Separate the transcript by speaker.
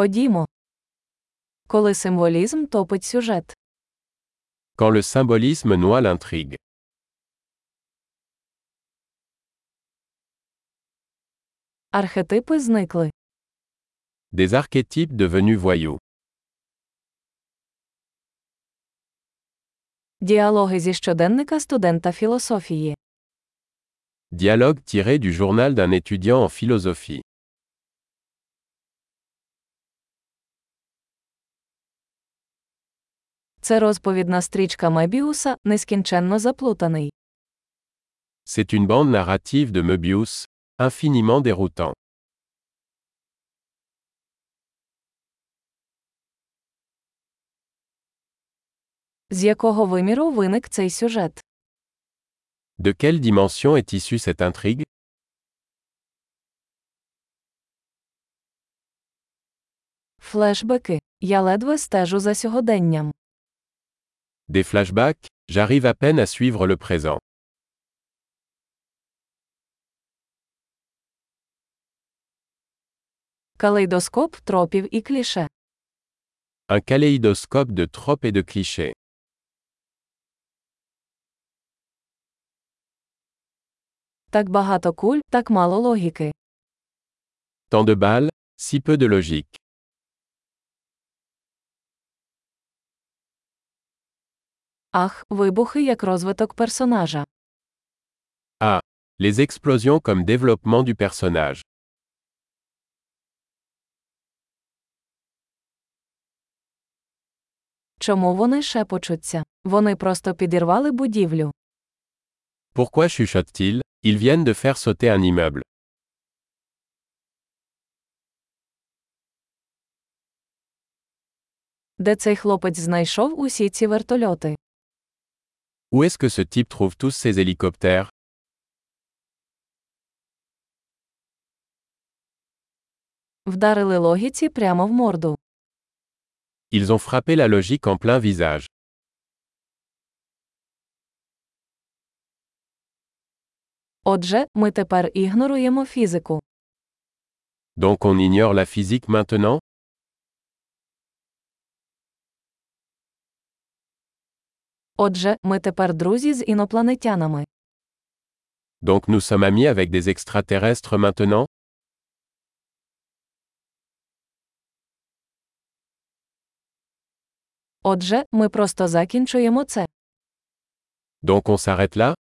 Speaker 1: Ходімо. Коли символізм топить сюжет.
Speaker 2: Quand le symbolisme noie l'intrigue.
Speaker 1: Архетипи зникли.
Speaker 2: Des archétypes devenus voyous.
Speaker 1: Діалоги зі щоденника студента філософії.
Speaker 2: Dialogue tiré du journal d'un étudiant en philosophie.
Speaker 1: Це розповідна стрічка Мебіуса, нескінченно заплутаний.
Speaker 2: C'est une bande narrative de Möbius, infiniment déroutant.
Speaker 1: З якого виміру виник цей сюжет?
Speaker 2: De quelle dimension est issue cette intrigue
Speaker 1: Флешбеки. Я ледве стежу за сьогоденням.
Speaker 2: Des flashbacks J'arrive à peine à suivre le présent.
Speaker 1: Калейдоскоп тропів і кліше.
Speaker 2: Un kaléidoscope de tropes et de clichés.
Speaker 1: Так багато куль, так мало логіки.
Speaker 2: Tant de balles, si peu de logique.
Speaker 1: Ах, вибухи як розвиток персонажа.
Speaker 2: Les explosions comme développement du personnage.
Speaker 1: Чому вони шепочуться? Вони просто підірвали будівлю.
Speaker 2: Pourquoi chuchotent-ils Ils viennent de faire sauter un immeuble.
Speaker 1: Де цей хлопець знайшов усі ці вертольоти?
Speaker 2: Où est-ce que ce type trouve tous ces hélicoptères
Speaker 1: Вдарили логіці прямо в морду.
Speaker 2: Ils ont frappé la logique en plein visage.
Speaker 1: Отже, ми тепер ігноруємо фізику.
Speaker 2: Donc on ignore la physique maintenant
Speaker 1: Отже, ми тепер друзі з інопланетянами.
Speaker 2: Donc nous sommes amis avec des extraterrestres maintenant
Speaker 1: Отже, ми просто закінчуємо це.
Speaker 2: Donc on s'arrête là